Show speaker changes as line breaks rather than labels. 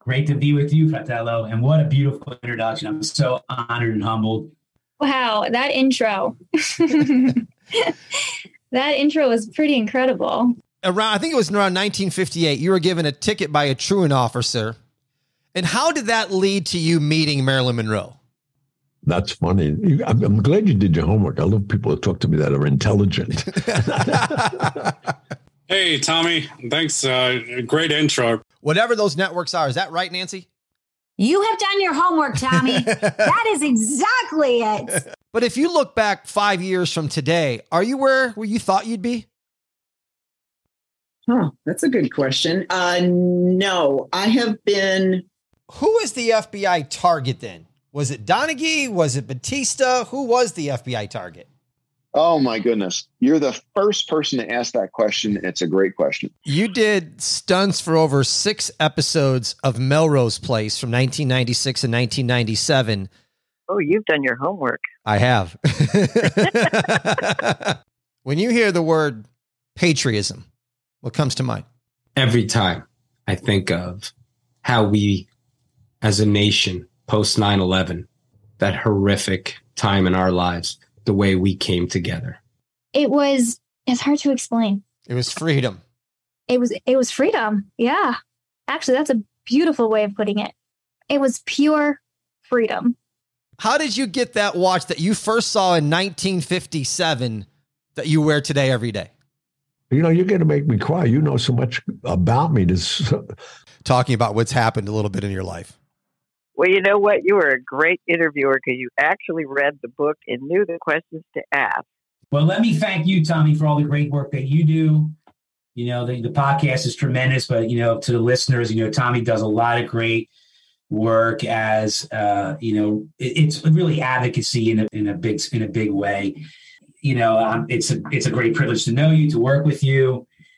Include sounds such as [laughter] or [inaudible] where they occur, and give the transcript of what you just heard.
Great to be with you, Fratello, and what a beautiful introduction. I'm so honored and humbled.
Wow, that intro. [laughs] that intro was pretty incredible.
Around, I think it was around 1958, you were given a ticket by a truant officer. And how did that lead to you meeting Marilyn Monroe? [laughs]
That's funny. You- I'm I'm glad you did your homework. I love people that talk to me that are intelligent.
Hey, Tommy. Thanks. Uh, great intro.
Whatever those networks are, is that right, Nancy?
You have done your homework, Tommy. that is exactly it.
[laughs] But if you look back five years from today, are you where, where you thought you'd be?
Huh, that's a good question. Uh, no, I have been.
Who is the FBI target then? Was it Donaghy? Was it Batista? Who was the FBI target?
Oh my goodness. You're the first person to ask that question. It's a great question.
You did stunts for over six episodes of Melrose Place from 1996 and 1997.
Oh, you've done your homework.
I
[laughs]
have. when you hear the word patriotism, what comes to mind?
every time I think of how we as a nation post 9 11, that horrific time in our lives, the way we came together.
It was it's hard to explain.
It was freedom.
It was it was freedom. Yeah. Actually, that's a beautiful way of putting it. It was pure freedom.
How did you get that watch that you first saw in 1957 that you wear today every day?
you know, you're going to make me cry. You know so much about me. This,
Talking about what's happened a little bit in your life.
Well, you know what? You were a great interviewer because you actually read the book and knew the questions to ask.
Well, let me thank you, Tommy, for all the great work that you do. You know, the, the podcast is tremendous, but you know, to the listeners, you know, Tommy does a lot of great work as uh, you know, it, it's really advocacy in a, in a big in a big way. You know, um, it's a it's a great privilege to know you, to work with you,